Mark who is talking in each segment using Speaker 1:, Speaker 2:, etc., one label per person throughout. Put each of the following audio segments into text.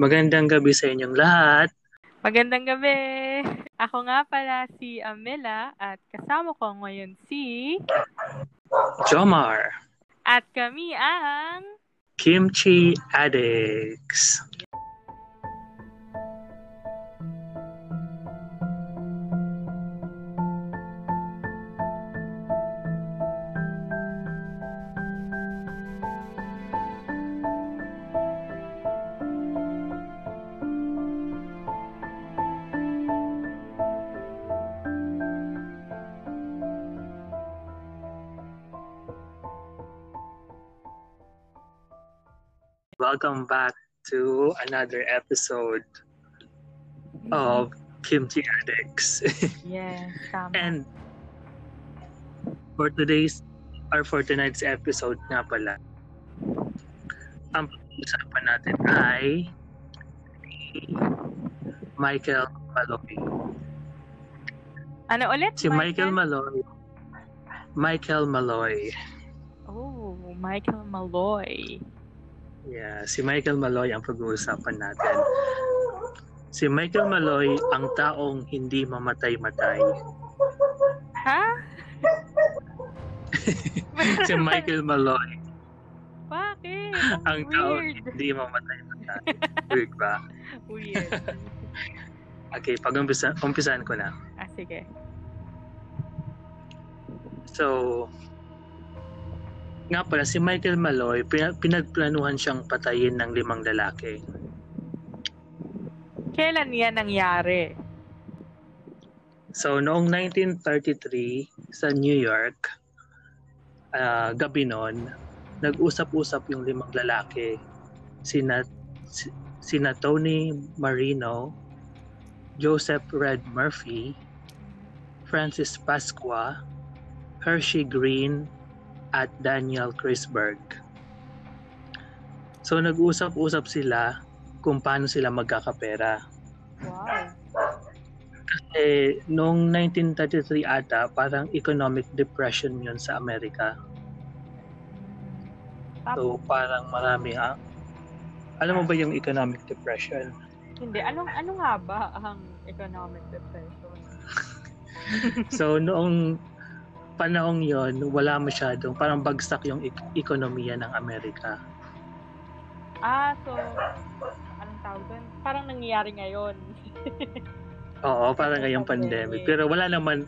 Speaker 1: Magandang gabi sa inyong lahat.
Speaker 2: Magandang gabi! Ako nga pala si Amela at kasama ko ngayon si...
Speaker 1: Jomar,
Speaker 2: At kami ang...
Speaker 1: Kimchi Addicts. Welcome back to another episode of Kimchi Addicts.
Speaker 2: Yes, tama.
Speaker 1: And for today's or for tonight's episode nga pala, ang pag-uusapan natin ay si Michael Maloy.
Speaker 2: ano ulit?
Speaker 1: Si Michael Maloy. Michael Maloy.
Speaker 2: Oh, Michael Malloy.
Speaker 1: Yeah, si Michael Maloy ang pag-uusapan natin. Si Michael Maloy ang taong hindi mamatay-matay.
Speaker 2: Ha?
Speaker 1: Si Michael Maloy
Speaker 2: Bakit?
Speaker 1: ang taong
Speaker 2: Weird.
Speaker 1: hindi mamatay-matay. Weird ba?
Speaker 2: Weird.
Speaker 1: Okay, pag-umpisa, umpisaan ko na.
Speaker 2: ah, sige.
Speaker 1: So, nga pala, si Michael Maloy, pina- pinagplanuhan siyang patayin ng limang lalaki.
Speaker 2: Kailan yan nangyari?
Speaker 1: So, noong 1933 sa New York, ah, gabi noon, nag-usap-usap yung limang lalaki. Sina, si- sina Tony Marino, Joseph Red Murphy, Francis Pasqua, Hershey Green, at Daniel Crisberg. So, nag-usap-usap sila kung paano sila magkakapera
Speaker 2: Wow.
Speaker 1: eh, noong 1933 ata, parang economic depression yun sa Amerika. So,
Speaker 2: Tapos,
Speaker 1: parang marami ha. Alam mo ba yung economic depression?
Speaker 2: hindi. Anong, ano nga ba ang economic depression?
Speaker 1: So, noong panahong yon wala masyadong, parang bagsak yung ek- ekonomiya ng Amerika.
Speaker 2: Ah, so, anong tawag doon? Parang nangyayari ngayon.
Speaker 1: Oo, parang ngayong pandemic. Pero wala naman,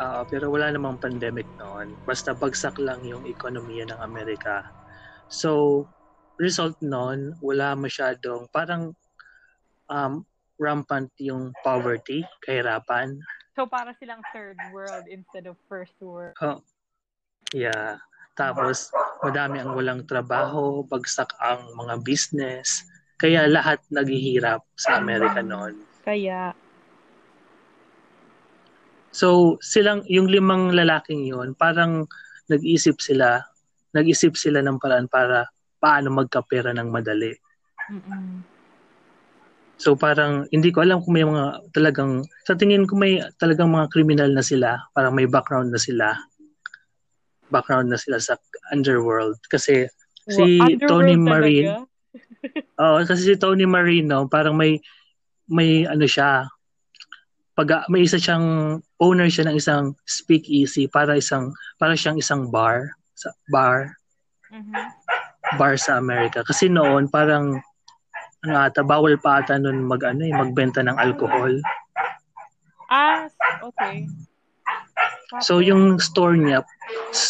Speaker 1: ah, pero wala namang pandemic noon. Basta bagsak lang yung ekonomiya ng Amerika. So, result noon, wala masyadong, parang um, rampant yung poverty, kahirapan.
Speaker 2: So, para silang third world instead of first world.
Speaker 1: Oh. Yeah. Tapos, madami ang walang trabaho, bagsak ang mga business. Kaya lahat naghihirap sa Amerika noon.
Speaker 2: Kaya,
Speaker 1: So, silang yung limang lalaking yon, parang nag-isip sila, nag-isip sila ng paraan para paano magkapera ng madali.
Speaker 2: mm
Speaker 1: So parang hindi ko alam kung may mga talagang sa tingin ko may talagang mga kriminal na sila, parang may background na sila. Background na sila sa underworld kasi Si Tony Marin. oh, kasi si Tony Marino parang may may ano siya pag may isa siyang owner siya ng isang speakeasy para isang para siyang isang bar sa bar
Speaker 2: Mm-hmm.
Speaker 1: bar sa Amerika kasi noon parang ano ata bawal pa ata noon mag ano eh, magbenta ng alcohol
Speaker 2: Ah, s- okay. Tapos,
Speaker 1: So yung store niya,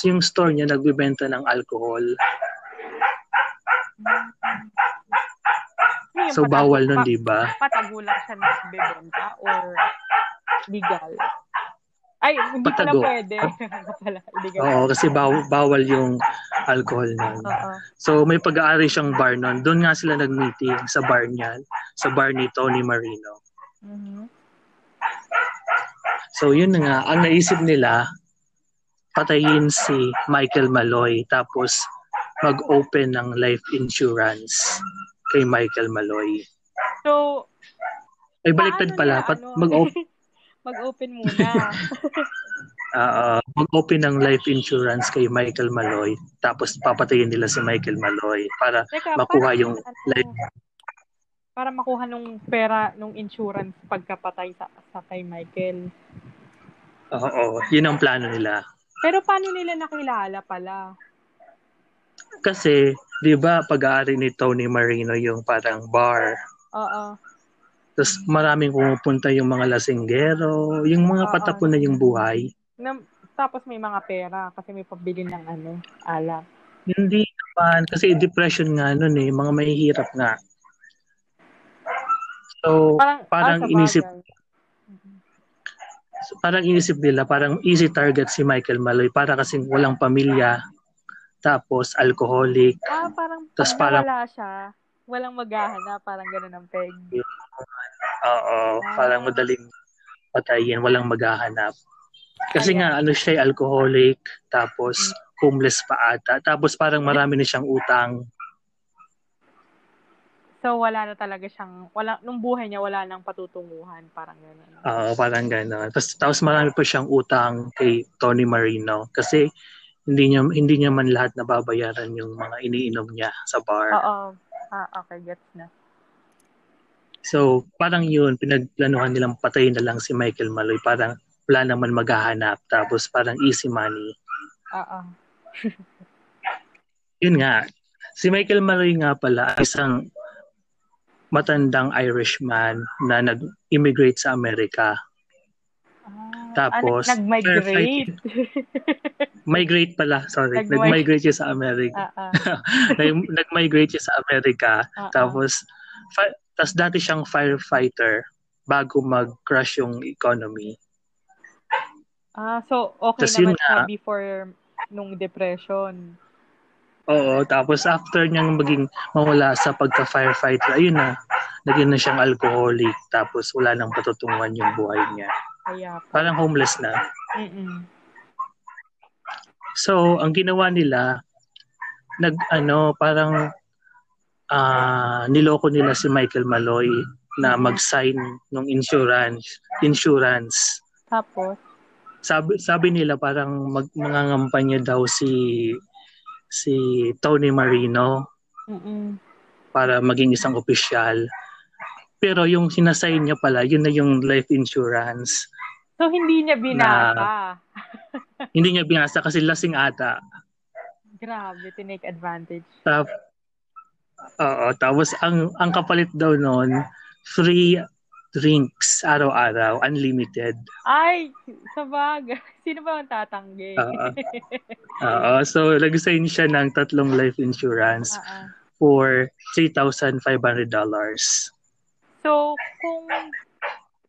Speaker 1: yung store niya nagbebenta ng alcohol.
Speaker 2: ano yung
Speaker 1: So
Speaker 2: patag-
Speaker 1: bawal nun,
Speaker 2: mm-hmm.
Speaker 1: diba? 'di ba?
Speaker 2: pa- Patagulak siya nagbebenta or legal? Ay, hindi pala
Speaker 1: Patago. Ah.
Speaker 2: pwede. Ano pala, legal.
Speaker 1: Oo, kasi baw- bawal yung alcohol nun.
Speaker 2: Oo.
Speaker 1: So may pag-aari siyang bar nun. Doon nga sila nag-meeting sa bar niya, sa bar ni Tony Marino.
Speaker 2: Mhm.
Speaker 1: So yun na nga, ang naisip nila, patayin si Michael Maloy tapos mag-open ng life insurance kay Michael Maloy.
Speaker 2: So,
Speaker 1: Ay baliktad
Speaker 2: paano
Speaker 1: pala,
Speaker 2: nila,
Speaker 1: pat-
Speaker 2: ano?
Speaker 1: mag-open
Speaker 2: Mag-open muna.
Speaker 1: Ah, ah, mag-open ng life insurance kay Michael Maloy tapos papatayin nila si Michael Maloy para
Speaker 2: Teka,
Speaker 1: Makuha
Speaker 2: paano
Speaker 1: yung
Speaker 2: ano,
Speaker 1: life.
Speaker 2: para makuha nung pera nung insurance pagkapatay sa, sa kay Michael.
Speaker 1: Oo, yun ang plano nila.
Speaker 2: Pero paano nila nakilala pala?
Speaker 1: Kasi, di ba, pag-aari ni Tony Marino yung parang bar.
Speaker 2: Oo.
Speaker 1: Tapos maraming pumupunta yung mga lasinggero, yung mga
Speaker 2: Oo.
Speaker 1: patapon na yung buhay.
Speaker 2: Na, tapos may mga pera kasi may pabili ng ano, alak.
Speaker 1: Hindi naman, kasi depression nga nun eh, mga mahihirap nga. So,
Speaker 2: Parang, ah,
Speaker 1: Parang
Speaker 2: sa bagay.
Speaker 1: inisip-
Speaker 2: Mhm.
Speaker 1: parang inisip nila, parang easy target si Michael Maloy para kasing walang pamilya, tapos alcoholic,
Speaker 2: Ah, parang
Speaker 1: Tas
Speaker 2: pag
Speaker 1: parang-
Speaker 2: nawala siya, walang maghahanap, parang gano'n ang peg.
Speaker 1: Oo, parang madaling patayin, walang maghahanap. Kasi nga, ano siya, eh, alcoholic, tapos homeless pa ata, tapos parang marami na siyang utang.
Speaker 2: So, wala na talaga siyang, wala, nung buhay niya, wala nang patutunguhan, parang gano'n.
Speaker 1: Oo, Ah, parang gano'n. Tapos, tapos marami pa siyang utang kay Tony Marino kasi hindi niya hindi niya man lahat nababayaran yung mga iniinom niya sa bar.
Speaker 2: Oo. Ah, okay, gets na.
Speaker 1: So, parang yun, pinagplanuhan nilang patayin na lang si Michael Maloy. Parang wala naman maghahanap. Tapos parang easy money.
Speaker 2: Oo.
Speaker 1: Yun nga. Si Michael Maloy nga pala, isang matandang Irishman na nag-immigrate sa Amerika.
Speaker 2: Ah,
Speaker 1: Tapos,
Speaker 2: ah, nag- nag-migrate.
Speaker 1: Migrate pala, sorry.
Speaker 2: Nag-mi-
Speaker 1: Nag-migrate siya sa Amerika.
Speaker 2: Ah, ah,
Speaker 1: Nag- Nag-migrate siya sa Amerika.
Speaker 2: ah, ah.
Speaker 1: Tapos, fi- tas dati siyang firefighter bago mag-crash yung economy.
Speaker 2: Ah, so okay
Speaker 1: Tas
Speaker 2: naman
Speaker 1: yun
Speaker 2: siya
Speaker 1: nga.
Speaker 2: before nung depression.
Speaker 1: Oo, tapos after niyang maging mawala sa pagka-firefighter, ayun na, naging na siyang alcoholic, tapos wala nang patutunguhan yung buhay niya.
Speaker 2: Kaya,
Speaker 1: Parang homeless na.
Speaker 2: mm
Speaker 1: So, ang ginawa nila, nag, ano, parang ah niloko nila si Michael Maloy na mag-sign ng insurance. Insurance.
Speaker 2: Tapos,
Speaker 1: Sabi, sabi nila parang mag, mangangampanya daw si si Tony Marino
Speaker 2: mm
Speaker 1: para maging isang opisyal. Pero yung sinasign niya pala, yun na yung life insurance.
Speaker 2: So, hindi niya binasa.
Speaker 1: Hindi niya binasa kasi lasing ata.
Speaker 2: Grabe, tinake advantage.
Speaker 1: Tap, oo, tapos ang, ang kapalit daw noon, free drinks araw-araw, unlimited.
Speaker 2: Ay, sabag. Sino ba ang tatanggi?
Speaker 1: Oo. Oo, so nag-sign siya ng tatlong life insurance
Speaker 2: Ah, ah.
Speaker 1: for $3,500.
Speaker 2: So, kung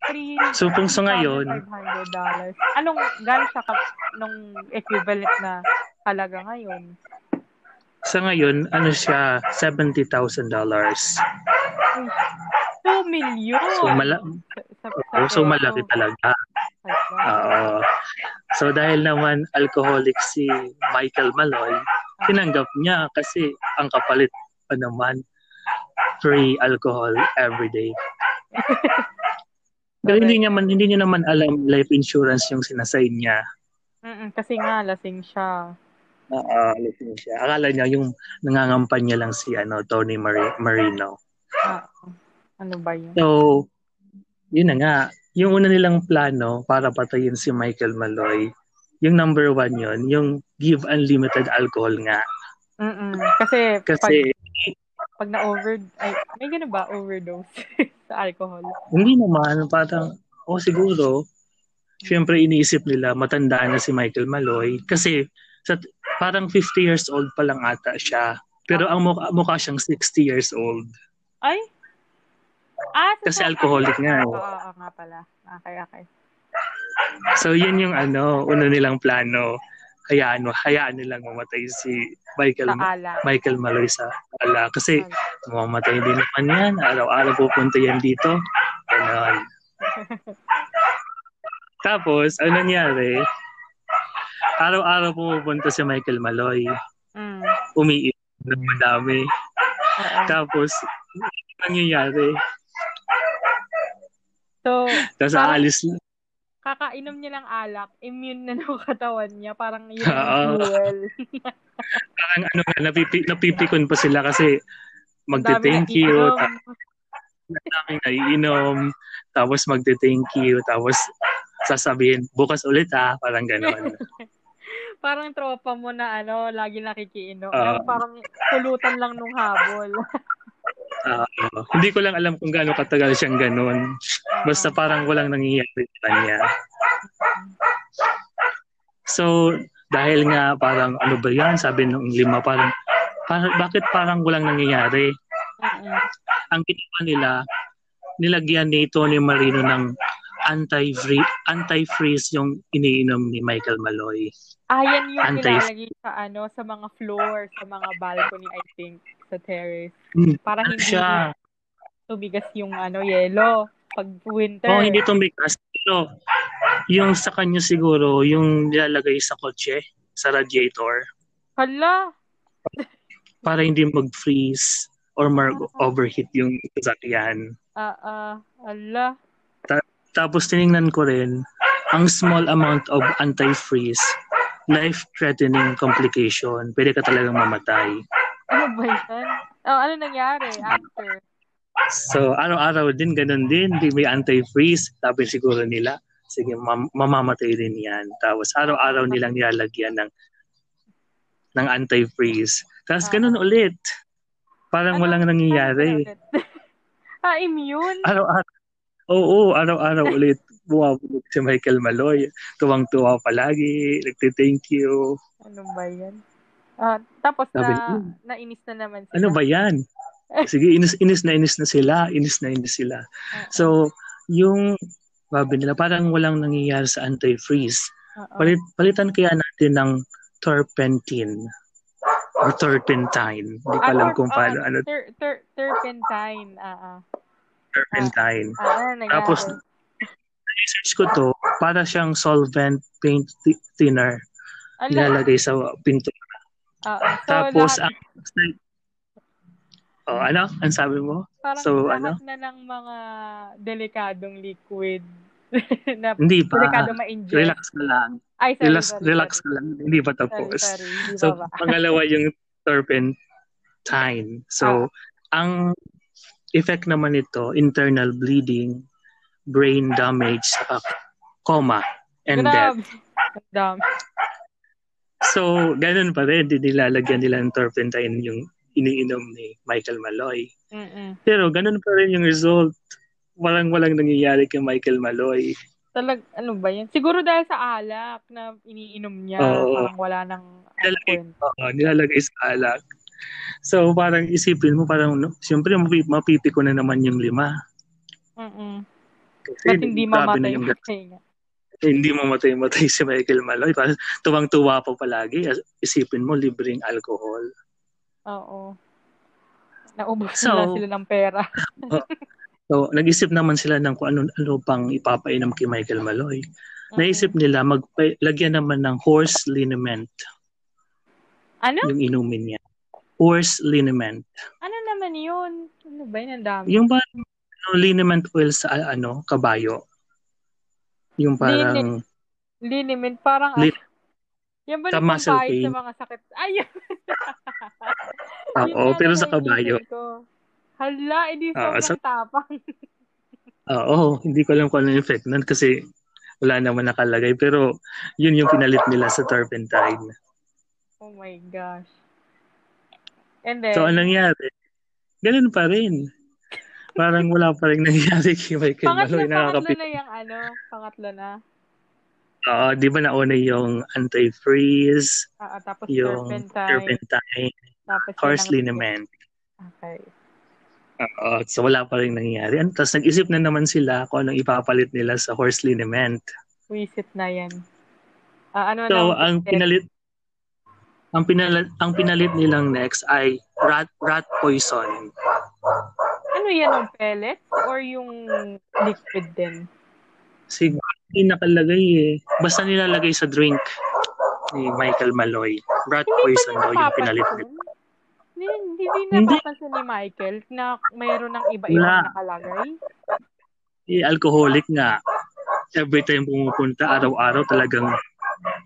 Speaker 2: free
Speaker 1: So kung sa ngayon,
Speaker 2: $500, anong gano'n siya ka- nung equivalent na halaga ngayon?
Speaker 1: sa ngayon, ano siya, $70,000.
Speaker 2: So, million!
Speaker 1: So, mala- oo, so malaki talaga. Oo. So dahil naman alcoholic si Michael Maloy, tinanggap niya kasi ang kapalit pa naman free alcohol every day. Pero hindi niya man hindi niya naman alam life insurance yung sinasign niya.
Speaker 2: mm kasi nga, lasing siya.
Speaker 1: Oo, lasing siya. Akala niya yung nangangampanya lang si ano Tony Mari- Marino.
Speaker 2: Ah, ano ba yun?
Speaker 1: So, yun na nga. Yung una nilang plano para patayin si Michael Maloy, yung number one yun, yung give unlimited alcohol nga.
Speaker 2: Mm-mm. Kasi, pag,
Speaker 1: Kasi
Speaker 2: pag na-over, ay, may ganun ba? Overdose sa alcohol.
Speaker 1: Hindi naman, parang, oh siguro, syempre iniisip nila, matanda na si Michael Maloy. Kasi, sa, parang 50 years old pa lang ata siya. Pero ang mukha, mukha siyang 60 years old.
Speaker 2: Ay? Ah, so-
Speaker 1: Kasi alcoholic nga. eh.
Speaker 2: Oo, oo nga pala. Okay, okay.
Speaker 1: So, yun yung ano, una nilang plano. Hayaan, hayaan nilang mamatay si Michael,
Speaker 2: Sa ala.
Speaker 1: Michael Maloy sa ala. Kasi, mamatay din naman yan. Araw-araw pupunta yan dito. Ganon. Tapos, ano nangyari? Araw-araw pumupunta si Michael Maloy.
Speaker 2: Mm.
Speaker 1: Umiinom ng madami.
Speaker 2: oo.
Speaker 1: Tapos, ano nangyayari?
Speaker 2: So,
Speaker 1: Tapos
Speaker 2: Parang-
Speaker 1: aalis
Speaker 2: kakainom niya ng alak, immune na ng katawan niya. Parang yun ang
Speaker 1: Oo.
Speaker 2: fuel.
Speaker 1: parang ano nga, napipi, napipikon pa sila kasi
Speaker 2: Ang dami
Speaker 1: magte-thank you.
Speaker 2: nainom.
Speaker 1: daming naiinom, tapos magte-thank you, tapos sasabihin, bukas ulit ha, parang gano'n.
Speaker 2: Parang tropa mo na ano, lagi nakikiinom.
Speaker 1: Ah.
Speaker 2: Ano, parang pulutan lang nung habol.
Speaker 1: Ah, hindi ko lang alam kung gaano katagal siyang gano'n. Basta parang walang nangyayari sa kanya. So, dahil nga parang ano ba yan, sabi nung lima, parang, parang bakit parang walang nangyayari?
Speaker 2: Mm-mm.
Speaker 1: Ang ginawa nila, nilagyan ni Tony Marino ng anti-free, anti-freeze yung iniinom ni Michael Maloy.
Speaker 2: Ah, yan yung
Speaker 1: Antay.
Speaker 2: nilalagay sa ano, sa mga floor, sa mga balcony, I think, sa terrace.
Speaker 1: Hmm.
Speaker 2: Para
Speaker 1: Ano
Speaker 2: hindi
Speaker 1: siya?
Speaker 2: tumigas yung ano, yelo pag winter.
Speaker 1: Oh, hindi tumigas. Pero yung sa kanya siguro, yung nilalagay sa kotse, sa radiator,
Speaker 2: Hala,
Speaker 1: para hindi mag-freeze or mag-overheat yung sasakyan.
Speaker 2: ah, ah, ala.
Speaker 1: Tapos tiningnan ko rin, ang small amount of anti-freeze, life-threatening complication. Pwede ka talagang mamatay.
Speaker 2: Ano ba yan? Oh, ano nangyari after?
Speaker 1: So, araw-araw din, ganun din. Di may anti-freeze. Sabi siguro nila, sige, mam- mamamatay din yan. Tapos, araw-araw nilang nilalagyan ng ng anti-freeze. Tapos,
Speaker 2: Ah.
Speaker 1: ganun ulit. Parang
Speaker 2: Ano-
Speaker 1: walang nangyayari.
Speaker 2: Ano ulit? ah, immune?
Speaker 1: Araw-araw. Oo, araw-araw ulit. Bumabalik si Michael Maloy. Tuwang-tuwa palagi. Nagte-thank you.
Speaker 2: Ano ba yan? Ah, tapos
Speaker 1: Sabi
Speaker 2: na,
Speaker 1: niya.
Speaker 2: nainis na naman sila.
Speaker 1: Ano ba yan? Sige, inis, inis na inis na sila. Inis na inis sila.
Speaker 2: Ah,
Speaker 1: So, yung sabi nila, parang walang nangyayari sa anti-freeze.
Speaker 2: ah, ah.
Speaker 1: Palit, palitan kaya natin ng turpentine or turpentine. Hindi ko
Speaker 2: Ah,
Speaker 1: alam
Speaker 2: tur-
Speaker 1: kung
Speaker 2: ah,
Speaker 1: paano. Ano,
Speaker 2: Tur- tur- turpentine. Ah, ah.
Speaker 1: turpentine.
Speaker 2: Ah, ano nangyari?
Speaker 1: Tapos, Research ko to, para siyang solvent paint thi- thinner
Speaker 2: Ala,
Speaker 1: nilalagay sa pinto.
Speaker 2: ah, ah. So,
Speaker 1: Tapos,
Speaker 2: lahat-
Speaker 1: ang, oh, ano? Ang sabi mo?
Speaker 2: parang
Speaker 1: so, ano?
Speaker 2: lahat na ng mga delikadong liquid na
Speaker 1: Hindi pa.
Speaker 2: delikado ma-inject.
Speaker 1: Ah, Relax ka lang.
Speaker 2: Ay, sorry,
Speaker 1: Relax,
Speaker 2: sorry,
Speaker 1: relax
Speaker 2: sorry.
Speaker 1: ka lang. Hindi pa
Speaker 2: Sorry,
Speaker 1: tapos.
Speaker 2: sorry. Hindi
Speaker 1: So,
Speaker 2: ba ba?
Speaker 1: pangalawa yung turpentine. So,
Speaker 2: Ah.
Speaker 1: ang effect naman nito, internal bleeding, brain damage, saka coma, and death.
Speaker 2: Grabe. Ang dami.
Speaker 1: So, ganun pa rin, nilalagyan nila ng turpentine yung iniinom ni Michael Maloy.
Speaker 2: Mm-mm.
Speaker 1: Pero ganun pa rin yung result. Walang-walang nangyayari kay Michael Maloy.
Speaker 2: Talag, ano ba yan? Siguro dahil sa alak na iniinom niya,
Speaker 1: Oo.
Speaker 2: parang wala nang
Speaker 1: Lalaki.
Speaker 2: kwento.
Speaker 1: Oo, Ah, nilalagay sa alak. So, parang isipin mo, parang, no, siyempre, mapi- mapipiko na naman yung lima.
Speaker 2: Mm-mm.
Speaker 1: Kasi
Speaker 2: Ba't hindi
Speaker 1: grabe
Speaker 2: mamatay?
Speaker 1: na yung
Speaker 2: Kasi nga.
Speaker 1: hindi mamatay-matay si Michael Maloy. Parang tuwang-tuwa pa palagi. As- Isipin mo, libreng alcohol.
Speaker 2: Oo. Naubos
Speaker 1: So-
Speaker 2: na sila ng pera.
Speaker 1: So, nag-isip naman sila ng kung ano, ano pang ipapainom kay Michael Maloy.
Speaker 2: Mm-mm.
Speaker 1: Naisip nila, magpa- lagyan naman ng horse liniment
Speaker 2: Ano?
Speaker 1: yung inumin niya. Horse liniment.
Speaker 2: Ano naman yun? Ano ba yun? Ang dami.
Speaker 1: Yung parang ano, liniment oil sa ah, ano, kabayo. Yung parang,
Speaker 2: Liniment, parang...
Speaker 1: Lin-
Speaker 2: ah, yan ba
Speaker 1: Sa
Speaker 2: yung
Speaker 1: muscle
Speaker 2: pambayad sa
Speaker 1: pain. Ah,
Speaker 2: mga sakit? Ayun!
Speaker 1: oo, pero sa kabayo.
Speaker 2: Hala, edi
Speaker 1: Ah,
Speaker 2: sobrang tapang.
Speaker 1: Oo, hindi ko alam kung ano yung effect nun kasi wala naman nakalagay. Pero yun yung pinalit nila sa turpentine.
Speaker 2: Oh my gosh. And then,
Speaker 1: So, ano, anong nangyari? Ganun pa rin. Parang wala pa rin nangyari kay Michael
Speaker 2: pangatlo,
Speaker 1: Maloy.
Speaker 2: pangatlo
Speaker 1: Nakakapit.
Speaker 2: na yung ano, pangatlo na.
Speaker 1: Oo, di ba nauna yung anti-freeze,
Speaker 2: Ah, ah, tapos
Speaker 1: yung
Speaker 2: turpentine.
Speaker 1: turpentine,
Speaker 2: tapos yun
Speaker 1: horse
Speaker 2: ang-
Speaker 1: liniment.
Speaker 2: Okay.
Speaker 1: Oo, so wala pa rin nangyari. And tapos nag-isip na naman sila kung anong ipapalit nila sa horse liniment.
Speaker 2: Wisit na yan. Ah, ano
Speaker 1: So,
Speaker 2: na
Speaker 1: ang pinalit ang pinalit ang pinalit nilang next ay rat rat poison.
Speaker 2: Ano yan, yung pellet? Or yung liquid din?
Speaker 1: Siguro hindi nakalagay eh. Basta nilalagay sa drink ni Michael Maloy. Rat
Speaker 2: Hindi
Speaker 1: poison
Speaker 2: ba
Speaker 1: daw
Speaker 2: niya
Speaker 1: yung pinalit nila.
Speaker 2: napapansin? Hindi, hindi, hindi
Speaker 1: Hindi.
Speaker 2: napapansin ni Michael na mayroon ng iba-ibang
Speaker 1: Wala.
Speaker 2: nakalagay.
Speaker 1: Eh, alcoholic nga. Every time pumupunta, araw-araw talagang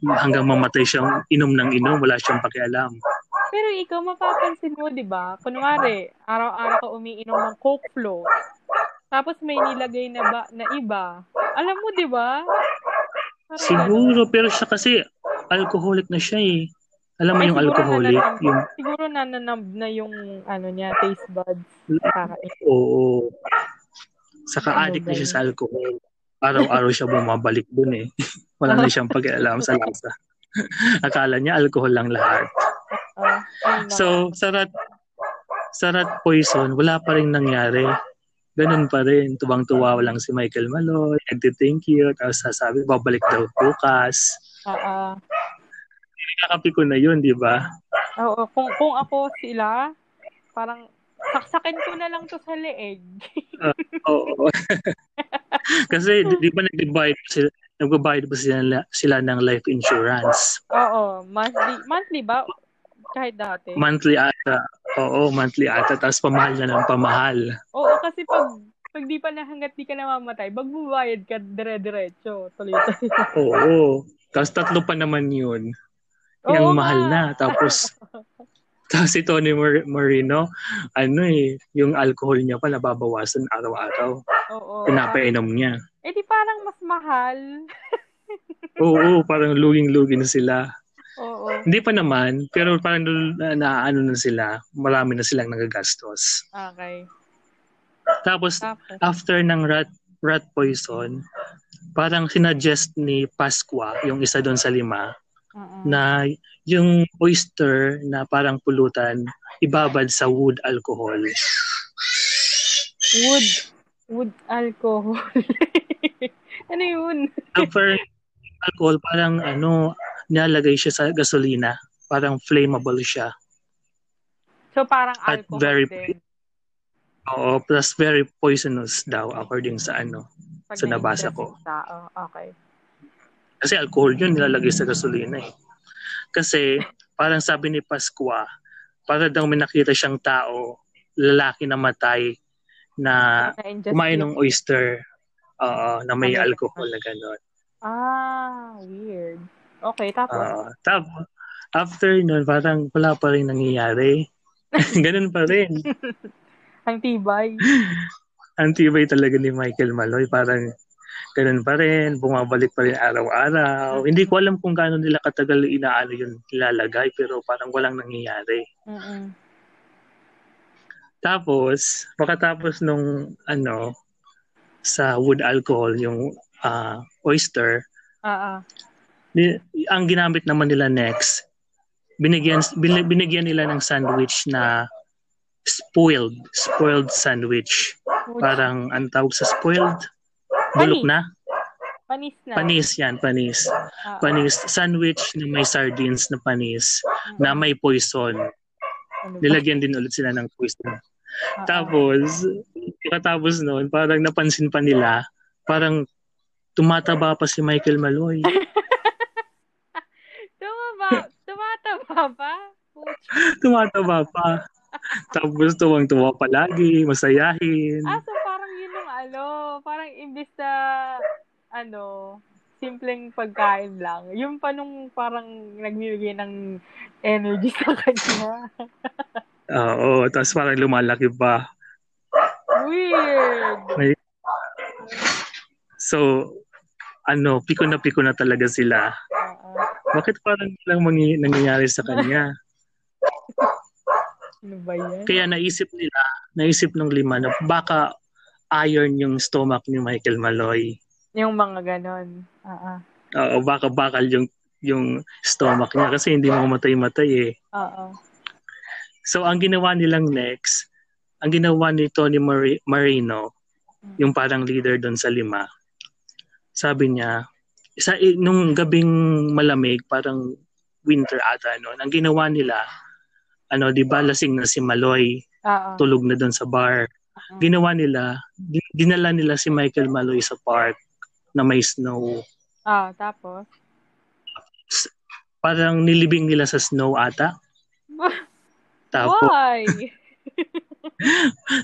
Speaker 1: hanggang mamatay siyang inom ng inom, wala siyang pakialam.
Speaker 2: Pero ikaw mapapansin mo, di ba? Kunwari, araw-araw ka umiinom ng Coke Float. Tapos may nilagay na ba na iba. Alam mo, 'di ba? Parang
Speaker 1: Siguro, pero siya kasi alcoholic na siya eh. Alam mo
Speaker 2: Ay,
Speaker 1: yung
Speaker 2: siguro
Speaker 1: alcoholic,
Speaker 2: nananab-
Speaker 1: yung
Speaker 2: Siguro nananab na yung ano niya, taste buds. Kakain.
Speaker 1: oo. Saka
Speaker 2: Ano
Speaker 1: addict
Speaker 2: ba
Speaker 1: na siya
Speaker 2: yun?
Speaker 1: sa alcohol. Araw-araw siya bumabalik dun eh. Wala na siyang pakialam sa lasa. Akala niya alcohol lang lahat.
Speaker 2: Ah, ayun na.
Speaker 1: So, sa rat, sa rat poison, wala pa rin nangyari. Ganun pa rin. Tubang-tuwa lang si Michael Maloy. Nagte-thank you. Tapos sasabi, babalik daw bukas.
Speaker 2: Ah, ah.
Speaker 1: Nakapi ko na yun, di ba?
Speaker 2: Oo, kung, kung ako sila, parang saksakin ko na lang to sa leeg.
Speaker 1: Oo. Kasi di di ba nag-divide sila, nag-divide ba sila, sila ng life insurance?
Speaker 2: Oo, monthly, monthly ba? Kahit dati.
Speaker 1: Monthly ata. Oo, monthly ata. Tapos pamahal na ng pamahal.
Speaker 2: Oo, kasi pag pag di pa na hanggat di ka namamatay, magbubayad ka dire-diretso. Tuloy
Speaker 1: Oo. Tapos tatlo pa naman yun. Yung mahal na. Tapos, tapos si Tony Mar- Marino, ano eh, yung alcohol niya pa nababawasan araw-araw.
Speaker 2: Oo.
Speaker 1: Pinapainom niya.
Speaker 2: Eh di parang mas mahal.
Speaker 1: Oo, parang luging-lugi na sila.
Speaker 2: Oo.
Speaker 1: Hindi pa naman, pero parang na, naano na sila. Marami na silang nagagastos.
Speaker 2: Okay.
Speaker 1: Tapos,
Speaker 2: Tapos.
Speaker 1: after ng rat, rat poison, parang sinuggest ni Pasqua, yung isa doon sa lima,
Speaker 2: Oo.
Speaker 1: na yung oyster na parang pulutan, ibabad sa wood alcohol.
Speaker 2: Wood. Wood alcohol. ano yun?
Speaker 1: After alcohol, parang ano, nilalagay siya sa gasolina. Parang flammable siya.
Speaker 2: So parang
Speaker 1: At
Speaker 2: alcohol
Speaker 1: very-
Speaker 2: din.
Speaker 1: Oo, plus very poisonous daw according sa ano.
Speaker 2: Pag
Speaker 1: So, nabasa
Speaker 2: na-ingest
Speaker 1: ko.
Speaker 2: ng Tao. Okay.
Speaker 1: Kasi alcohol yun, nilalagay sa gasolina eh. Kasi parang sabi ni Pasqua, para daw may nakita siyang tao, lalaki na matay, na
Speaker 2: Na-ingest
Speaker 1: Ah, kumain ng
Speaker 2: yung-
Speaker 1: oyster oo, na may
Speaker 2: Ano yun?
Speaker 1: alcohol na gano'n.
Speaker 2: Ah, weird. Okay, tapos.
Speaker 1: Oo. Tapos, after nun, parang wala pa rin nangyayari. Ganun pa rin.
Speaker 2: ang tibay.
Speaker 1: Ang tibay talaga ni Michael Maloy. Parang ganun pa rin. Bumabalik pa rin araw-araw. Hindi ko alam kung gaano nila katagal inaano yun nilalagay. Pero parang walang nangyayari.
Speaker 2: Mm-mm.
Speaker 1: Tapos, makatapos nung ano, sa wood alcohol, yung ah, oyster,
Speaker 2: Ah, ah.
Speaker 1: ni- ang ginamit naman nila next, binigyan, bin- binigyan nila ng sandwich na spoiled, spoiled sandwich.
Speaker 2: Wood.
Speaker 1: Parang ang tawag sa spoiled, bulok
Speaker 2: Panis.
Speaker 1: na.
Speaker 2: Panis na.
Speaker 1: Panis yan, panis.
Speaker 2: Ah, ah.
Speaker 1: Panis, sandwich na may sardines na panis,
Speaker 2: Mm-mm.
Speaker 1: na may poison.
Speaker 2: Ano ah, ba?
Speaker 1: Nilagyan din ulit sila ng poison.
Speaker 2: Ah, ah.
Speaker 1: Tapos, katapos noon, parang napansin pa nila, parang tumataba pa si Michael Maloy.
Speaker 2: Tumaba, tumataba ba? Pucha.
Speaker 1: tumataba pa. Tapos tuwang-tuwa palagi, masayahin.
Speaker 2: Ah, so parang yun yung ano, parang imbis na, ano, simpleng pagkain lang. Yung pa nung parang nagbibigay ng energy sa kanya.
Speaker 1: Oo, tapos parang lumalaki pa.
Speaker 2: Weird.
Speaker 1: So, ano, piko na piko na talaga sila.
Speaker 2: Ah, ah.
Speaker 1: Bakit parang lang mangi- nangyayari sa kanya?
Speaker 2: Ano ba yan?
Speaker 1: Kaya naisip nila, naisip ng lima na baka iron yung stomach ni Michael Maloy.
Speaker 2: Yung mga ganon. Ah, ah.
Speaker 1: Oo, baka bakal yung yung stomach niya kasi hindi mamamatay-matay eh.
Speaker 2: Ah, ah.
Speaker 1: So ang ginawa nilang next, ang ginawa ni Tony Mari- Marino, yung parang leader doon sa lima. Sabi niya, sa i- nung gabing malamig, parang winter ata noon, ang ginawa nila, ano, di ba lasing na si Maloy,
Speaker 2: Ah, ah.
Speaker 1: tulog na doon sa bar. Ginawa nila, di- dinala nila si Michael Maloy sa park na may snow.
Speaker 2: Ah, tapos?
Speaker 1: Parang nilibing nila sa snow ata. Tapos,
Speaker 2: Why?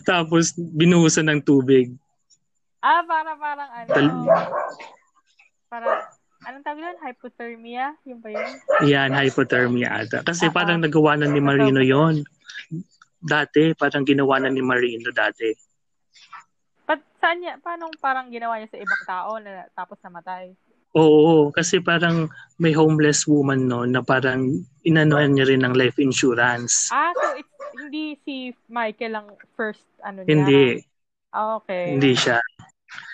Speaker 1: tapos binuhusan ng tubig.
Speaker 2: ah, para parang ano?
Speaker 1: Tal-
Speaker 2: Para, anong tawag yun? Hypothermia? Yun ba yun?
Speaker 1: Yan, hypothermia ata. Kasi
Speaker 2: Ah,
Speaker 1: parang nagawa na ni Marino yon Dati, parang ginawa na ni Marino dati.
Speaker 2: But Saan niya, paano parang ginawa niya sa ibang tao na tapos namatay?
Speaker 1: Oo, kasi parang may homeless woman no na parang inanuhan niya rin ng life insurance.
Speaker 2: Ah, so it's, hindi si Michael ang first ano niya?
Speaker 1: Hindi,
Speaker 2: Ah, okay.
Speaker 1: hindi siya.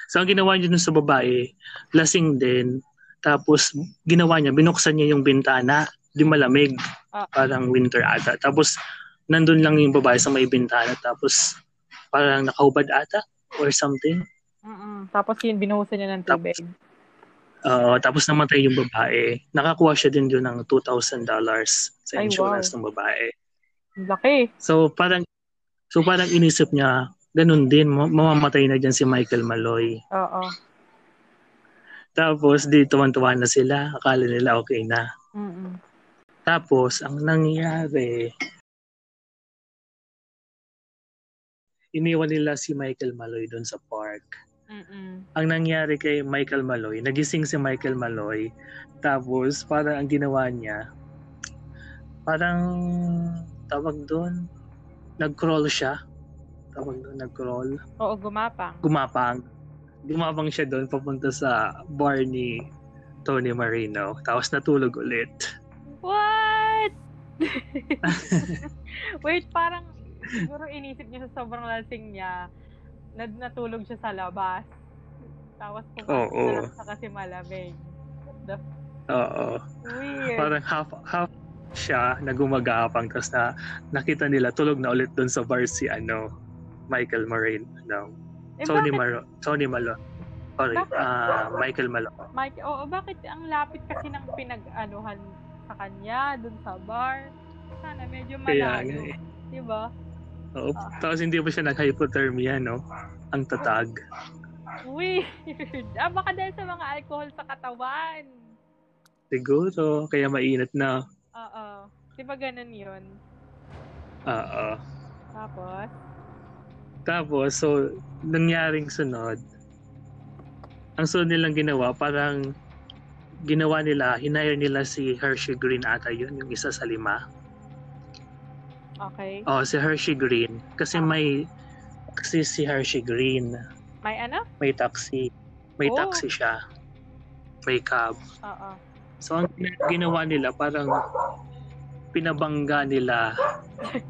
Speaker 1: So ang ginawa niya dun sa babae, lasing din. Tapos ginawa niya, binuksan niya yung bintana, di malamig,
Speaker 2: Ah.
Speaker 1: parang winter ata. Tapos nandun lang yung babae sa may bintana tapos parang nakahubad ata or something.
Speaker 2: Mm-mm. Tapos yun, binuhusan niya ng tubig.
Speaker 1: Oo, tapos namatay yung babae. Nakakuha siya din doon ng $2,000 sa
Speaker 2: Ay,
Speaker 1: insurance
Speaker 2: wow.
Speaker 1: ng babae.
Speaker 2: Ang Laki.
Speaker 1: So parang so parang inisip niya, ganun din, ma- mamamatay na dyan si Michael Maloy.
Speaker 2: Oo.
Speaker 1: Tapos di tuwan-tuwa na sila, akala nila okay na.
Speaker 2: Mm-mm.
Speaker 1: Tapos ang nangyari, iniwan nila si Michael Maloy doon sa park.
Speaker 2: Mm-mm.
Speaker 1: ang nangyari kay Michael Maloy, nagising si Michael Maloy, tapos parang ang ginawa niya, parang tawag doon, nag-crawl siya. Tawag doon, nag-crawl.
Speaker 2: Oo, gumapang.
Speaker 1: Gumapang. Gumapang siya doon papunta sa bar ni Tony Marino. Tapos natulog ulit.
Speaker 2: What? Wait, parang siguro inisip niya sa sobrang lasing niya, nad natulog siya sa labas. Tapos
Speaker 1: Oo.
Speaker 2: pumasok na lang siya kasi malamig.
Speaker 1: Oo.
Speaker 2: Weird.
Speaker 1: Parang half, half siya na gumagapang. Tapos na, nakita nila, tulog na ulit doon sa bar si ano, Michael Marino. No.
Speaker 2: eh,
Speaker 1: Tony
Speaker 2: bakit,
Speaker 1: Malo. Tony Malo. Sorry,
Speaker 2: Bakit?
Speaker 1: ah, Michael Malo.
Speaker 2: Mike, oo, bakit ang lapit kasi ng pinag-anuhan sa kanya, dun sa bar? Sana medyo
Speaker 1: Kaya nga
Speaker 2: malayo.
Speaker 1: eh.
Speaker 2: Diba?
Speaker 1: Oo. Tapos hindi pa siya nag-hypothermia, no? Ang tatag.
Speaker 2: Weird. Ah, baka dahil sa mga alcohol sa katawan.
Speaker 1: Siguro. Kaya mainit na.
Speaker 2: Oo. Di ba ganun yun?
Speaker 1: Oo.
Speaker 2: Tapos?
Speaker 1: Tapos, so, nangyaring sunod, ang sunod nilang ginawa, parang ginawa nila, hinire nila si Hershey Green ata yun, yung isa sa lima.
Speaker 2: Okay.
Speaker 1: Oo, si Hershey Green. Kasi may, kasi si Hershey Green,
Speaker 2: May ano?
Speaker 1: may taxi. May
Speaker 2: Oh.
Speaker 1: taxi siya. May cab.
Speaker 2: Oo.
Speaker 1: So ang ginawa nila parang pinabangga nila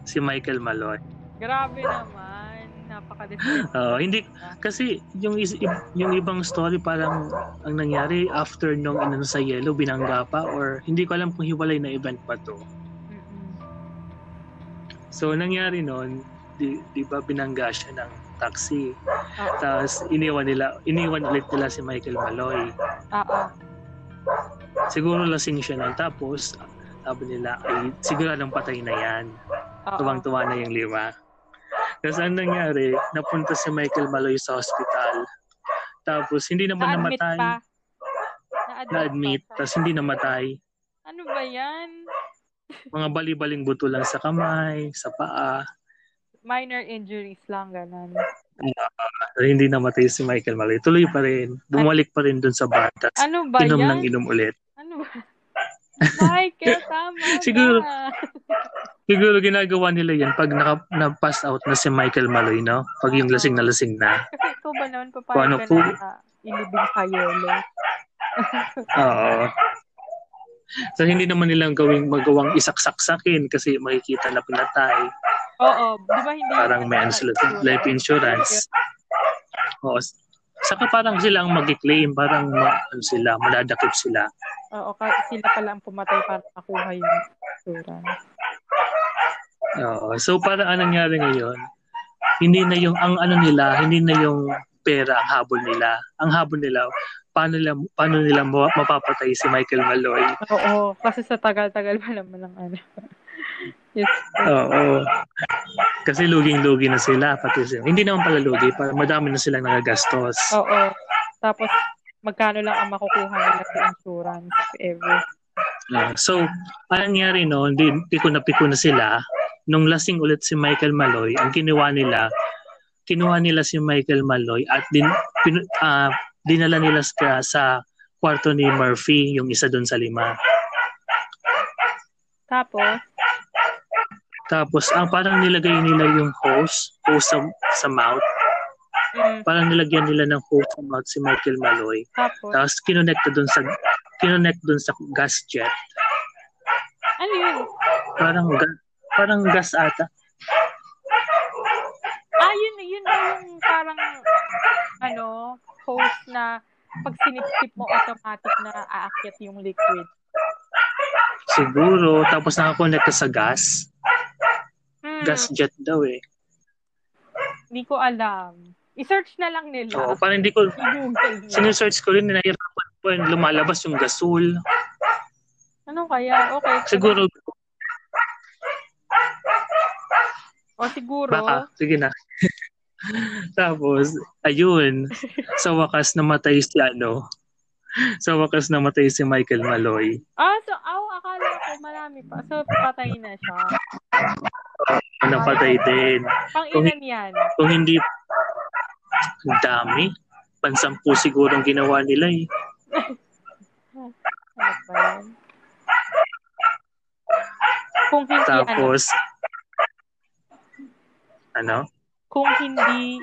Speaker 1: si Michael Malone.
Speaker 2: Grabe naman. Napaka-different.
Speaker 1: Oo, hindi kasi yung is, yung ibang story parang ang nangyari after nung inano sa yellow binangga pa or hindi ko alam kung hiwalay na event pa to.
Speaker 2: Mm-mm.
Speaker 1: So nangyari noon, di, di ba binangga siya ng taxi.
Speaker 2: Oo.
Speaker 1: Tapos iniwan nila, iniwan ulit nila si Michael Maloy.
Speaker 2: Oo.
Speaker 1: Siguro lasing siya nun. Tapos sabi nila, ay siguradong patay na yan.
Speaker 2: Oo.
Speaker 1: tuwang-tuwa na yung lima. Tapos ang nangyari, napunta si Michael Maloy sa hospital. Tapos hindi naman
Speaker 2: Na-admit
Speaker 1: namatay.
Speaker 2: pa. Na-admit.
Speaker 1: Na-admit.
Speaker 2: pa.
Speaker 1: Tapos hindi namatay.
Speaker 2: Ano ba yan?
Speaker 1: Mga bali-baling buto lang sa kamay, sa paa.
Speaker 2: Minor injuries lang, ganun.
Speaker 1: Pero hindi namatay si Michael Maloy. Tuloy pa rin. Bumalik pa rin dun sa bar. Tapos
Speaker 2: Ano ba
Speaker 1: inom ng
Speaker 2: yan?
Speaker 1: inom ulit.
Speaker 2: Ano ba? Michael, tama
Speaker 1: Siguro-
Speaker 2: na.
Speaker 1: Siguro ginagawa nila yan pag naka, na-pass out na si Michael Maloy, no? Pag yung lasing na lasing na.
Speaker 2: Kasi ikaw ba naman
Speaker 1: Kung ano
Speaker 2: papayag ka
Speaker 1: po?
Speaker 2: na ah, ilibing sa yelo?
Speaker 1: Oo. So hindi naman nilang gawing magawang isaksaksakin kasi makikita na pinatay.
Speaker 2: Oo, di ba hindi
Speaker 1: parang
Speaker 2: naman
Speaker 1: may
Speaker 2: siya
Speaker 1: ano sila,
Speaker 2: nag-insurance?
Speaker 1: life insurance. Oo. Saka parang sila ang mag-claim, parang ma- ano sila, madadakip sila.
Speaker 2: Oo, kasi sila pala ang pumatay para makuha yung insurance.
Speaker 1: Oo. So parang anong nangyari ngayon, hindi na yung, ang ano nila, hindi na yung pera ang habol nila. Ang habol nila, paano nila, paano nila ma- mapapatay si Michael Maloy.
Speaker 2: Oo, kasi sa tagal-tagal pa naman ang ano. yes.
Speaker 1: Oo. Kasi luging-lugi na sila. Pati sila. Hindi naman pala lugi, parang madami na silang nagagastos.
Speaker 2: Oo. Tapos, magkano lang ang makukuha nila sa insurance if ever.
Speaker 1: Ah, so, ang nangyari no, di, piko na piko na sila. Nung lasing ulit si Michael Maloy, ang kinuha nila, kinuha nila si Michael Maloy at din, pin, ah, dinala nila sa, sa kwarto ni Murphy, yung isa doon sa lima.
Speaker 2: Tapos,
Speaker 1: Tapos, ang parang nilagay nila yung hose, hose sa, sa mouth.
Speaker 2: Mm.
Speaker 1: Parang nilagyan nila ng hook about si Michael Maloy.
Speaker 2: Tapos,
Speaker 1: Tapos kinonect na dun sa kinonect dun sa gas jet.
Speaker 2: ano yun?
Speaker 1: Parang ga- parang gas ata.
Speaker 2: Ah, yun, yun na yung parang, ano, hose na pag sinipsip mo, automatic na aakyat yung liquid.
Speaker 1: Siguro. Tapos nakakonect ka sa gas.
Speaker 2: Hmm,
Speaker 1: Gas jet daw eh.
Speaker 2: Hindi ko alam. I-search na lang nila.
Speaker 1: Oo, parang hindi ko,
Speaker 2: I-google nila.
Speaker 1: sinesearch ko rin, nahirapan po and lumalabas yung gasol.
Speaker 2: Ano kaya? Okay.
Speaker 1: Siguro,
Speaker 2: O siguro.
Speaker 1: baka, sige na. Tapos, ayun, sa wakas namatay si ano, sa wakas namatay si Michael Maloy.
Speaker 2: Ah, so, aw, akala ko marami pa. So, patay na siya.
Speaker 1: Napatay din.
Speaker 2: Pang ilan yan?
Speaker 1: Kung hindi, ang dami. Pansampu siguro ang ginawa nila eh.
Speaker 2: Ano ba yan? Kung hindi, ano,
Speaker 1: Tapos, ano?
Speaker 2: kung hindi,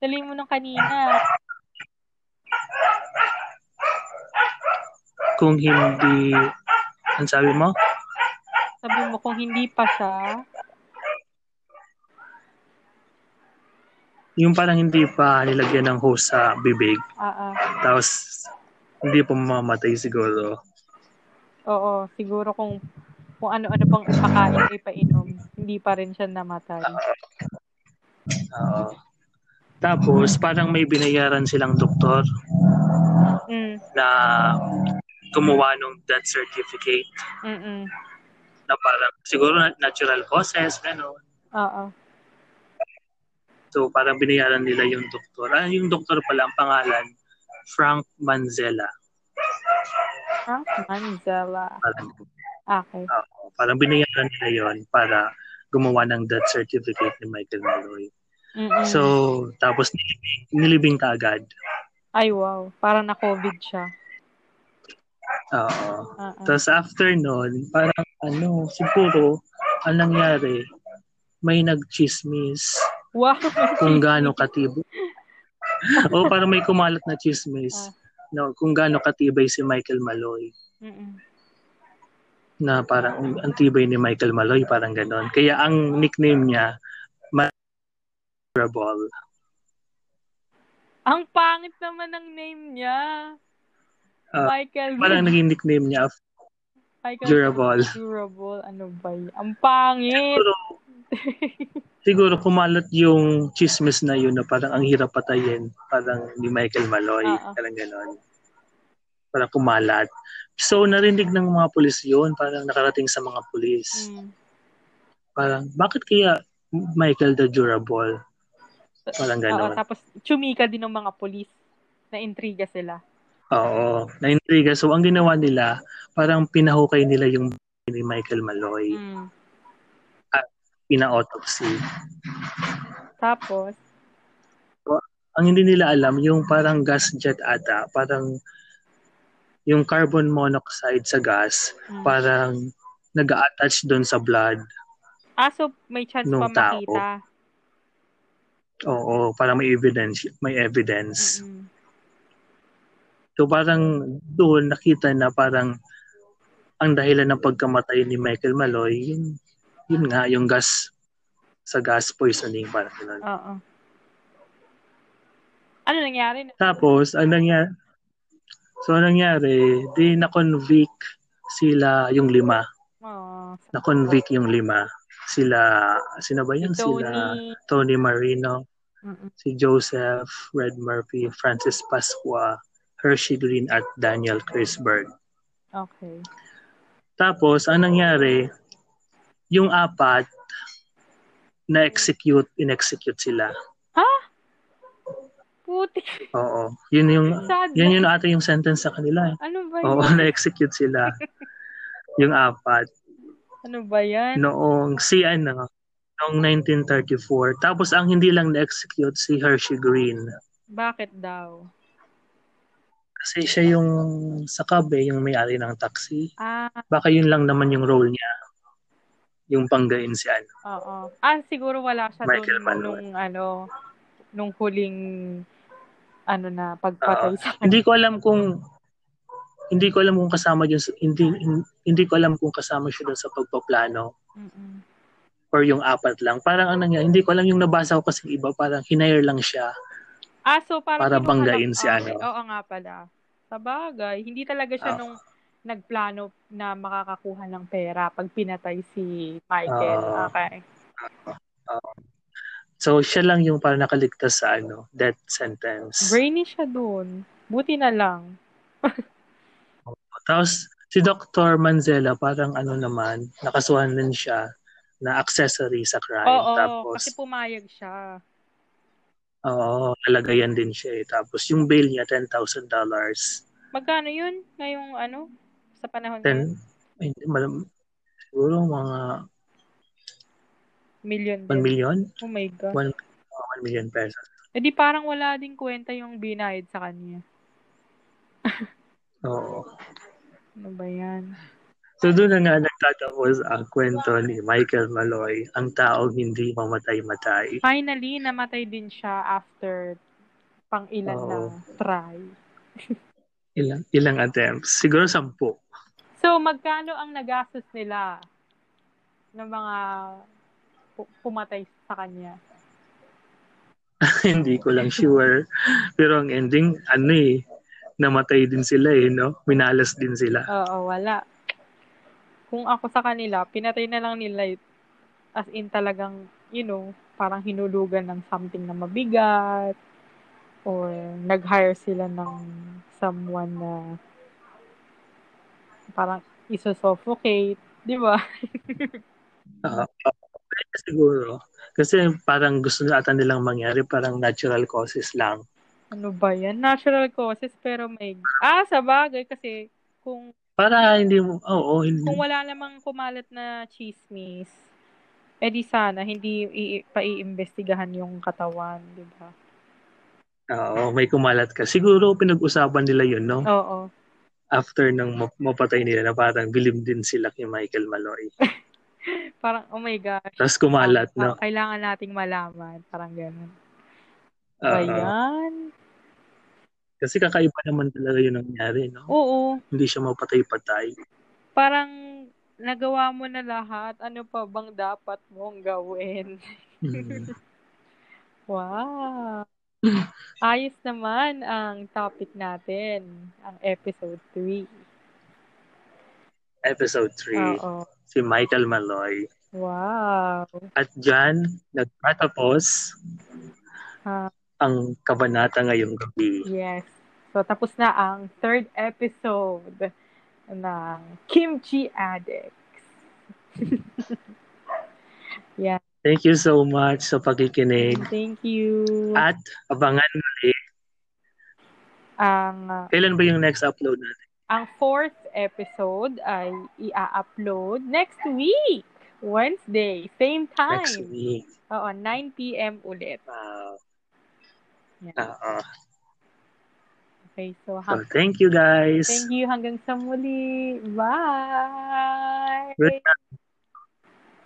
Speaker 2: tuloy mo nung kanina.
Speaker 1: Kung hindi, ang sabi mo?
Speaker 2: Sabi mo, kung hindi pa siya,
Speaker 1: Yung parang hindi pa nilagyan ng hose sa bibig.
Speaker 2: ah, ah,
Speaker 1: Tapos, hindi pa mamamatay siguro.
Speaker 2: oo, siguro kung kung ano-ano pang ipakain ay painom, hindi pa rin siya namatay.
Speaker 1: Oo. Tapos, parang may binayaran silang doktor
Speaker 2: Mm,
Speaker 1: na gumawa ng death certificate
Speaker 2: mm,
Speaker 1: na parang siguro na- natural causes, gano'n.
Speaker 2: oo.
Speaker 1: So, parang binayaran nila yung doktor. Ah, yung doktor pala, ang pangalan, Frank Manzella.
Speaker 2: Frank Ah, Manzella.
Speaker 1: Parang,
Speaker 2: Okay.
Speaker 1: oo. parang binayaran nila yon para gumawa ng death certificate ni Michael Malloy.
Speaker 2: Mm-mm.
Speaker 1: So, tapos nilibing, nilibing ka agad.
Speaker 2: Ay, wow. Parang na-COVID siya.
Speaker 1: Oo.
Speaker 2: Ah, ah.
Speaker 1: Tapos after nun, parang ano, siguro, ang nangyari, may nagchismis
Speaker 2: Wow.
Speaker 1: kung gaano katibay. o parang may kumalat na chismis no, kung gaano katibay si Michael Maloy.
Speaker 2: Mm-mm.
Speaker 1: Na parang "Uy, ang tibay ni Michael Maloy, parang ganon. Kaya ang nickname niya, Michael
Speaker 2: Ang pangit naman ng name niya.
Speaker 1: Ah,
Speaker 2: Michael.
Speaker 1: Parang naging nickname niya,
Speaker 2: Michael
Speaker 1: durable.
Speaker 2: Durable. Ano ba yun? Ang pangit.
Speaker 1: Siguro, siguro kumalat yung chismis na yun na parang ang hirap patayin. Parang ni Michael Maloy.
Speaker 2: Oo.
Speaker 1: Parang ganon. Parang kumalat. So, narinig ng mga pulis yun. Parang nakarating sa mga pulis.
Speaker 2: Mm.
Speaker 1: Parang, bakit kaya Michael the Durable? Parang
Speaker 2: Oo,
Speaker 1: ganon.
Speaker 2: tapos chumika din ng mga polis. Naintriga sila.
Speaker 1: Oo. Naintriga. So, ang ginawa nila, parang pinahukay nila yung ni Michael Maloy.
Speaker 2: Mm.
Speaker 1: Pina-autopsy.
Speaker 2: Tapos,
Speaker 1: ang hindi nila alam, yung parang gas jet ata, parang yung carbon monoxide sa gas,
Speaker 2: mm.
Speaker 1: parang nag attach doon sa blood.
Speaker 2: ah, so may chance
Speaker 1: Nung
Speaker 2: pa
Speaker 1: tao.
Speaker 2: makita.
Speaker 1: Oo, parang may evidence. May evidence.
Speaker 2: Mm-mm.
Speaker 1: So parang doon nakita na parang ang dahilan ng pagkamatay ni Michael Maloy, yun, yun nga, yung gas sa gas poisoning. Parang ganun.
Speaker 2: Oo. Ano nangyari? na-
Speaker 1: Tapos, ang nangyari, so ang nangyari, di na-convict sila yung lima.
Speaker 2: Oo.
Speaker 1: na-convict yung lima. Sila, sino ba
Speaker 2: Si
Speaker 1: yun? Sila
Speaker 2: Tony.
Speaker 1: Tony Marino,
Speaker 2: Mm-mm.
Speaker 1: si Joseph, Red Murphy, Francis Pasqua, Hershey Green at Daniel Crisberg.
Speaker 2: Okay.
Speaker 1: Tapos, ang nangyari, yung apat, na-execute, in-execute sila.
Speaker 2: Puti.
Speaker 1: Oo. Yun yung,
Speaker 2: Sad.
Speaker 1: Mm, yun yun ata yung sentence sa kanila. eh.
Speaker 2: Ano ba
Speaker 1: Oo,
Speaker 2: yun?
Speaker 1: na-execute sila. Yung apat.
Speaker 2: Ano ba yan?
Speaker 1: noong si ano, noong 1934. Tapos ang hindi lang na-execute si Hershey Green.
Speaker 2: Bakit daw?
Speaker 1: Kasi siya yung sa Kabe, yung may-ari ng taxi.
Speaker 2: Ah,
Speaker 1: Baka yun lang naman yung role niya. Yung panggain si ano.
Speaker 2: oo. Ah, siguro wala siya
Speaker 1: Michael
Speaker 2: doon
Speaker 1: Manuel.
Speaker 2: nung ano, nung huling ano na pagpatay sa
Speaker 1: Hindi ko alam kung hindi ko alam kung kasama yun sa- hindi hindi ko alam kung kasama siya dun sa pagpaplano
Speaker 2: Mm-mm.
Speaker 1: or yung apat lang. Parang ang nangyari, hindi ko alam yung nabasa ko kasi iba, parang hinire lang siya.
Speaker 2: Ah, so parang
Speaker 1: Para
Speaker 2: kinuha
Speaker 1: banggain
Speaker 2: lang-
Speaker 1: si
Speaker 2: ah,
Speaker 1: ano.
Speaker 2: Oo nga pala. Sa bagay, hindi talaga
Speaker 1: Ah.
Speaker 2: siya nung nagplano na makakakuha ng pera pag pinatay si Michael.
Speaker 1: Ah.
Speaker 2: okay.
Speaker 1: So, siya lang yung parang nakaligtas sa ano, death sentence.
Speaker 2: Brainy siya dun. Buti na lang.
Speaker 1: Tapos, si Dr. Manzella, parang ano naman, nakasuhan din siya na accessory sa crime.
Speaker 2: Oo,
Speaker 1: Tapos,
Speaker 2: kasi pumayag siya.
Speaker 1: oo, nalagayan din siya eh. Tapos, yung bail niya, $10,000.
Speaker 2: Magkano yun ngayong ano? Sa panahon ngayon?
Speaker 1: Then, hindi, malam, siguro mga 1
Speaker 2: Million din.
Speaker 1: million?
Speaker 2: Oh my God.
Speaker 1: Oo, 1 million pesos.
Speaker 2: Eh di parang wala ding kwenta yung binayad sa kanya.
Speaker 1: Oo.
Speaker 2: Ano ba yan?
Speaker 1: So doon na nga nagtatapos ang kwento ni Michael Maloy, ang taong hindi mamatay-matay.
Speaker 2: Finally, namatay din siya after pang ilan
Speaker 1: Oo.
Speaker 2: na try.
Speaker 1: Ilang, ilang attempts? Siguro sampu.
Speaker 2: So, magkano ang nagastos nila ng mga pu- pumatay sa kanya?
Speaker 1: hindi ko lang sure. Pero ang ending, ano eh, namatay din sila eh, no? Minalas din sila.
Speaker 2: Oo, wala. Kung ako sa kanila, pinatay na lang nila it- as in talagang, you know, parang hinulugan ng something na mabigat or nag-hire sila ng someone na parang isosuffocate, di ba?
Speaker 1: Ah, ah, kaya siguro. Kasi parang gusto na ata nilang mangyari, parang natural causes lang.
Speaker 2: Ano ba yan? Natural causes, pero may... Ah, sa bagay, kasi kung
Speaker 1: Para hindi mo, oo, hindi.
Speaker 2: kung wala namang kumalat na chismis, eh di sana hindi i- paiimbestigahan yung katawan, di ba?
Speaker 1: Oo, may kumalat ka. Siguro pinag-usapan nila yun, no?
Speaker 2: Oo.
Speaker 1: After nang ma- mapatay nila na parang bilib din sila kay Michael Maloy.
Speaker 2: Parang, oh my God.
Speaker 1: Tapos kumalat,
Speaker 2: Ah,
Speaker 1: no?
Speaker 2: kailangan nating malaman. Parang ganun.
Speaker 1: Oo.
Speaker 2: ba yan?
Speaker 1: kasi kakaiba naman talaga yun ang nangyari, no?
Speaker 2: Oo.
Speaker 1: Hindi siya mapatay-patay.
Speaker 2: Parang nagawa mo na lahat. Ano pa bang dapat mong gawin?
Speaker 1: Mm.
Speaker 2: Wow. Ayos naman ang topic natin. Ang episode 3.
Speaker 1: Episode 3,
Speaker 2: Oo.
Speaker 1: si Michael Maloy.
Speaker 2: Wow.
Speaker 1: At dyan, nagtatapos
Speaker 2: Ah,
Speaker 1: ang kabanata ngayong gabi.
Speaker 2: yes. So, tapos na ang third episode ng Kimchi Addicts. yeah.
Speaker 1: Thank you so much sa pagkikinig.
Speaker 2: Thank you.
Speaker 1: At abangan,
Speaker 2: ang ah,
Speaker 1: kailan ba yung next upload natin?
Speaker 2: ang fourth episode ay ia-upload next week. Wednesday, same time.
Speaker 1: Next week. Ah.
Speaker 2: Oo, 9 p.m. ulit.
Speaker 1: Wow.
Speaker 2: Yan.
Speaker 1: Oo.
Speaker 2: Okay, so
Speaker 1: Ah, so,
Speaker 2: hang-
Speaker 1: thank you guys.
Speaker 2: thank you hanggang sa muli. Bye!
Speaker 1: Good night.